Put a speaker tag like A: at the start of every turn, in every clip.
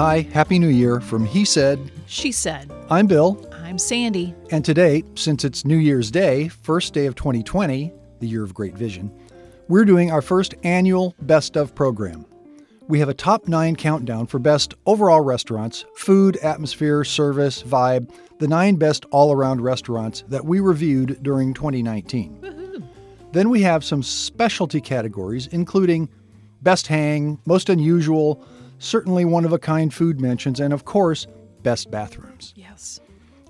A: Hi, Happy New Year from He Said.
B: She said,
A: I'm Bill,
B: I'm Sandy.
A: and today, since it's New Year's Day, first day of 2020, the year of great vision, we're doing our first annual Best of program. We have a top nine countdown for best overall restaurants, food, atmosphere, service, vibe, the nine best all around restaurants that we reviewed during 2019. Then we have some specialty categories, including best hang, most unusual, certainly one of a kind food mentions, and of course, best bathrooms.
B: Yes.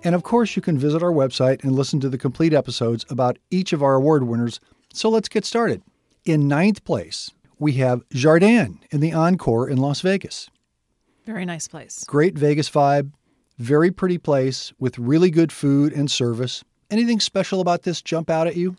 A: And of course, you can visit our website and listen to the complete episodes about each of our award winners. So let's get started. In ninth place, we have Jardin in the Encore in Las Vegas.
B: Very nice place.
A: Great Vegas vibe, very pretty place with really good food and service. Anything special about this jump out at you?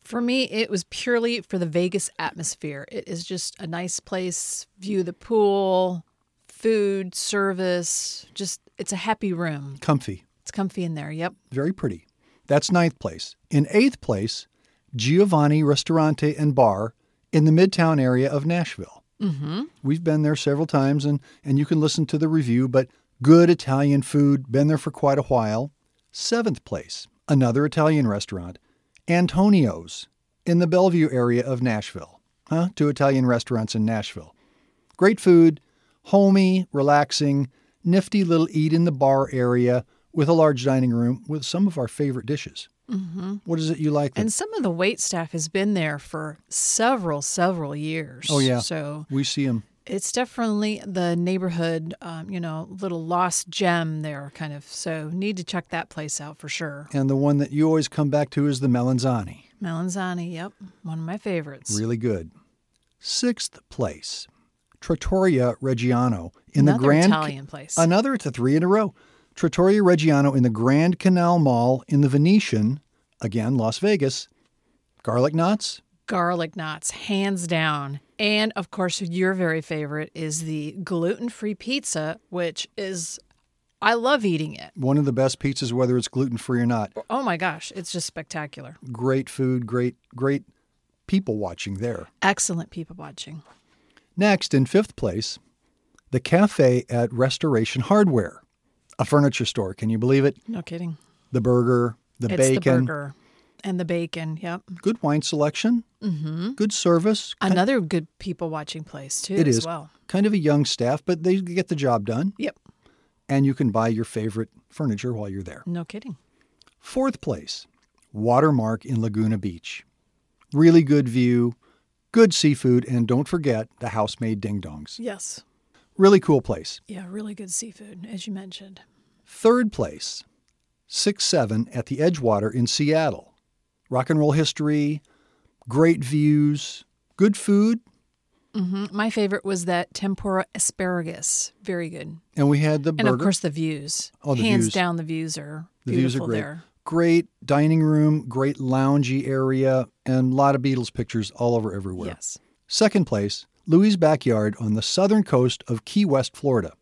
B: For me, it was purely for the Vegas atmosphere. It is just a nice place, view the pool, food, service, just it's a happy room.
A: Comfy.
B: It's comfy in there. Yep.
A: Very pretty. That's ninth place. In eighth place, Giovanni Ristorante and Bar in the Midtown area of Nashville. Mm-hmm. We've been there several times, and, and you can listen to the review, but good Italian food, been there for quite a while. Seventh place, another Italian restaurant, Antonio's in the Bellevue area of Nashville. Huh? Two Italian restaurants in Nashville. Great food, homey, relaxing, nifty little eat in the bar area with a large dining room with some of our favorite dishes. Mm-hmm. is it you like? that-
B: And some of the wait staff has been there for several, several years.
A: Oh, yeah.
B: So
A: we see them.
B: it's definitely the neighborhood, um, you know, little lost gem there, kind of. So need to check that place out for sure.
A: And the one that you always come back to is the Melanzani.
B: Melanzani, yep, one of my favorites.
A: Really good. Sixth place, Trattoria Reggiano in
B: Another
A: the Grand
B: Italian place.
A: Another to three in a row. Trattoria Reggiano in the Grand Canal Mall in the Venetian, again Las Vegas. Garlic knots,
B: Garlic knots, hands down. And of course, your very favorite is the gluten free pizza, which is, I love eating it.
A: one of the best pizzas, whether it's gluten free or not.
B: Oh my gosh, it's just spectacular.
A: Great food, great, great people watching there.
B: Excellent people watching.
A: Next, in fifth place, the cafe at Restoration Hardware, a furniture store. Can you believe it?
B: No kidding.
A: The burger, the
B: It's
A: bacon,
B: the burger and the bacon. Yep.
A: good wine selection, mm-hmm. good service.
B: Another good people watching place, too,
A: It
B: as
A: is
B: well.
A: kind of a young staff, but they get the job done,
B: Yep.
A: and you can buy your favorite furniture while you're there.
B: No kidding.
A: Fourth place, Watermark in Laguna Beach. Really good view, good seafood, and don't forget the house made ding dongs.
B: Yes.
A: Really cool place.
B: Yeah, really good seafood, as you mentioned.
A: Third place, 6 7 at the Edgewater in Seattle. Rock and roll history, great views, good food,
B: Mm, My favorite was that tempura asparagus. Very good.
A: and we had the
B: And
A: burger.
B: of course, the views.
A: Oh, the
B: Hands
A: views.
B: down, the views are
A: the
B: beautiful
A: views are great.
B: there.
A: Great dining room, great loungy area, and a lot of Beatles pictures all over everywhere.
B: Yes.
A: Second place, Louis' backyard on the southern coast of Key West, Florida.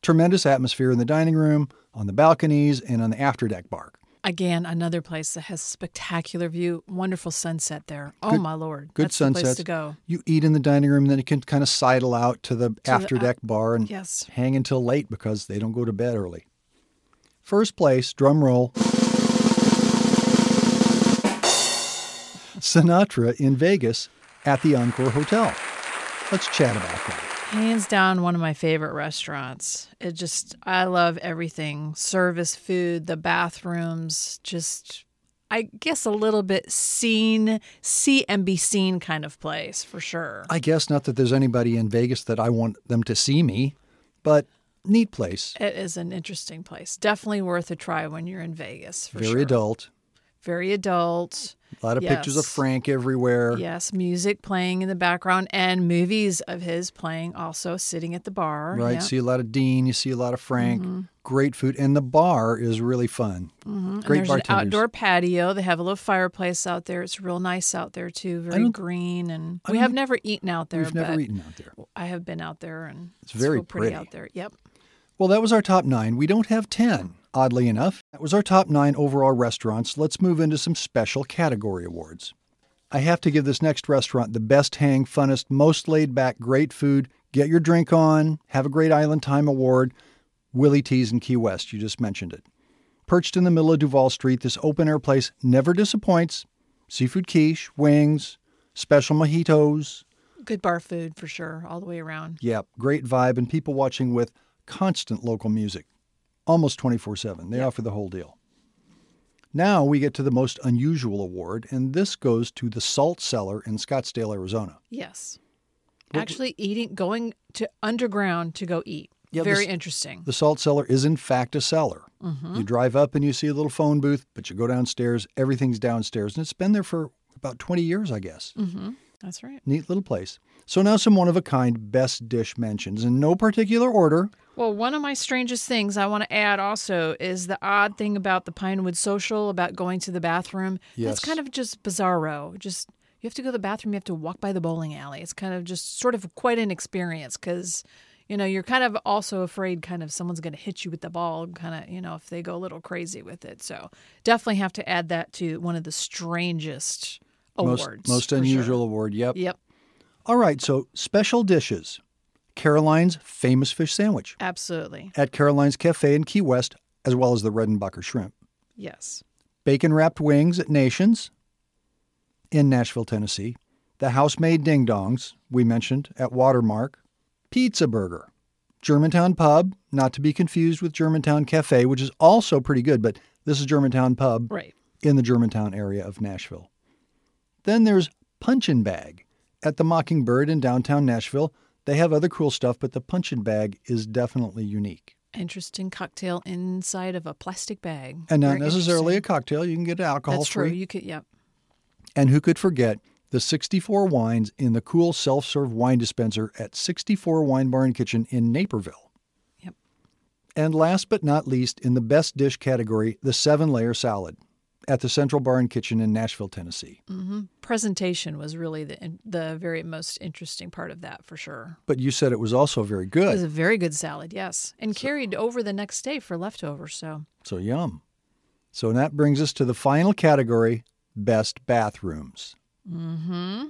A: Tremendous atmosphere in the dining room, on the balconies, and on the afterdeck bar.
B: Again, another place that has spectacular view, wonderful sunset there. Oh my lord,
A: Good
B: that's
A: sunsets.
B: the place to go.
A: You eat in the dining room, then you can kind of sidle out to the
B: the-
A: afterdeck bar and
B: Yes,
A: hang until late because they don't go to bed early. First place, drum roll. Sinatra in Vegas at the Encore Hotel. Let's chat about that.
B: hands down one of my favorite restaurants. It just I love everything: service, food, the bathrooms. Just I guess a little bit seen, see and be seen kind of place for sure.
A: I guess not that there's anybody in Vegas that I want them to see me, but neat place,
B: It is an interesting place. Definitely worth a try when you're in Vegas. For
A: very
B: sure.
A: adult,
B: Very adult.
A: a lot of pictures of
B: Yes.
A: Frank everywhere.
B: Yes, music playing in the background and movies of his playing also sitting at the bar.
A: Right,
B: Yeah. Mm-hmm.
A: see a lot of Dean, you see a lot of Frank. Great food, and the bar is really fun.
B: And
A: Great
B: There's
A: bartenders.
B: an outdoor patio. They have a little fireplace out there. It's real nice out there too, very
A: don't-
B: green and
A: I
B: we
A: don't
B: have
A: think-
B: never eaten out there,
A: We've never
B: but
A: eaten out there.
B: I have been out there and it's,
A: very
B: real pretty,
A: pretty.
B: out there. Yep.
A: Well, that was our top nine. We don't have 10. Oddly enough, that was our top nine overall restaurants. Let's move into some special category awards. I have to give this next restaurant the best hang, funnest, most laid back, great food, get your drink on, have a great island time award. Willie T's in Key West, you just mentioned it. Perched in the middle of Duval Street, this open air place never disappoints. Seafood quiche, wings, special mojitos.
B: Good bar food for sure, all the way around.
A: Yep, great vibe and people watching with constant local music, almost 24 7. They offer the whole deal. Now we get to the most unusual award, and this goes to the Salt Cellar in Scottsdale, Arizona.
B: Yes. Actually, eating, going to underground to go eat.
A: Yeah,
B: Very
A: this-
B: interesting.
A: The salt cellar is, in fact, a cellar.
B: Mm-hmm.
A: You drive up and you see a little phone booth, but you go downstairs, everything's downstairs. And it's been there for about 20 years, I guess.
B: Mm. That's right.
A: Neat little place. So now some one of a kind best dish mentions in no particular order.
B: Well, one of my strangest things I want to add also is the odd thing about the Pinewood Social about going to the bathroom.
A: Yes.
B: That's kind of just bizarro. Just you have to go to the bathroom, you have to walk by the bowling alley. It's kind of just sort of quite an experience because you know you're kind of also afraid kind of someone's going to hit you with the ball kind of you know if they go a little crazy with it so definitely have to add that to one of the strangest
A: Most-
B: awards
A: most
B: for sure.
A: unusual award, yep.
B: yep
A: All right, so special dishes. Caroline's famous fish sandwich
B: absolutely
A: at Caroline's Cafe in Key West, as well as the Redenbacher shrimp.
B: yes
A: Bacon wrapped wings at Nations in Nashville, Tennessee. The house made ding dongs, we mentioned, at Watermark. Pizza Burger. Germantown Pub, not to be confused with Germantown Cafe, which is also pretty good, but this is Germantown Pub
B: right
A: in the Germantown area of Nashville. Then there's Punchin Bag at the Mockingbird in downtown Nashville. They have other cool stuff, but the Punchin Bag is definitely unique.
B: interesting cocktail inside of a plastic bag.
A: And not
B: Very
A: necessarily a
B: interesting.
A: cocktail. You can get alcohol
B: That's
A: free.
B: true. You could, yep.
A: And who could forget the 64 wines in the cool self serve wine dispenser at 64 Wine Bar and Kitchen in Naperville?
B: Yep.
A: And last but not least, in the best dish category, the seven layer salad at the Central Bar and Kitchen in Nashville, Tennessee.
B: Mm-hmm. Presentation was really the the very most interesting part of that for sure.
A: But you said it was also very
B: It was
A: good.
B: a very good salad, yes, and carried over the next day for leftovers. So
A: So yum. So that brings us to the final category best bathrooms. Mm-hmm.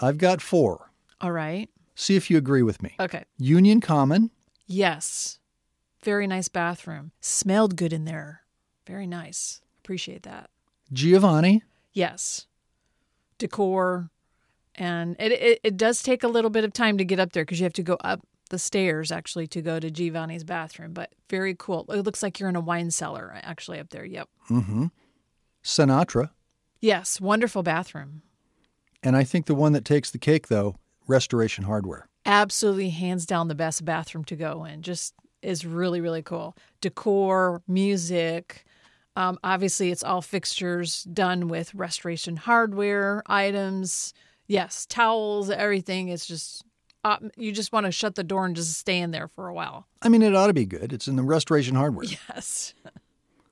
A: I've got four.
B: all right,
A: See if you agree with me.
B: okay,
A: Union Common,
B: yes, very nice bathroom. Smelled good in there. Very nice. Appreciate that.
A: Giovanni,
B: Yes, decor, and it it, it does take a little bit of time to get up there because you have to go up the stairs actually to go to Giovanni's bathroom. But very cool. It looks like you're in a wine cellar uh, actually up there. Yep.
A: mm-hmm, Sinatra,
B: Yes, wonderful bathroom.
A: And I think the one that takes the cake, though, Restoration Hardware.
B: Absolutely, hands down, the best bathroom to go in. Just is really really cool. Decor, music. Um, obviously, it's all fixtures done with restoration hardware items. Yes, towels, everything. It's just uh, you just want to shut the door and just stay in there for a while.
A: I mean, it ought to be good. It's in the Restoration Hardware.
B: Yes,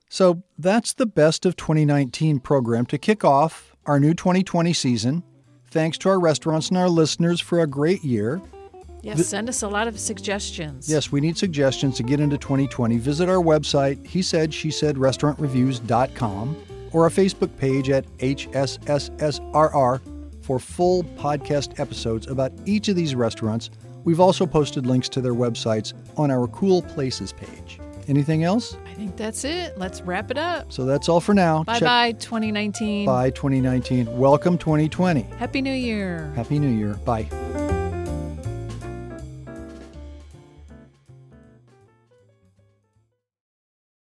A: So that's the best of 2019 program to kick off our new 2020 season. Thanks to our restaurants and our listeners for a great year.
B: yes. send us a lot of suggestions.
A: Yes, we need suggestions to get into 2020. Visit our website, he said, she said, restaurantreviews.com, or our Facebook page at HSSSRR for full podcast episodes about each of these restaurants. We've also posted links to their websites on our Cool Places page. Anything else?
B: I think that's it. Let's wrap it up.
A: So that's all for now.
B: Bye
A: Check-
B: bye, 2019.
A: Bye 2019. Welcome 2020.
B: Happy New Year.
A: Happy New Year. Bye.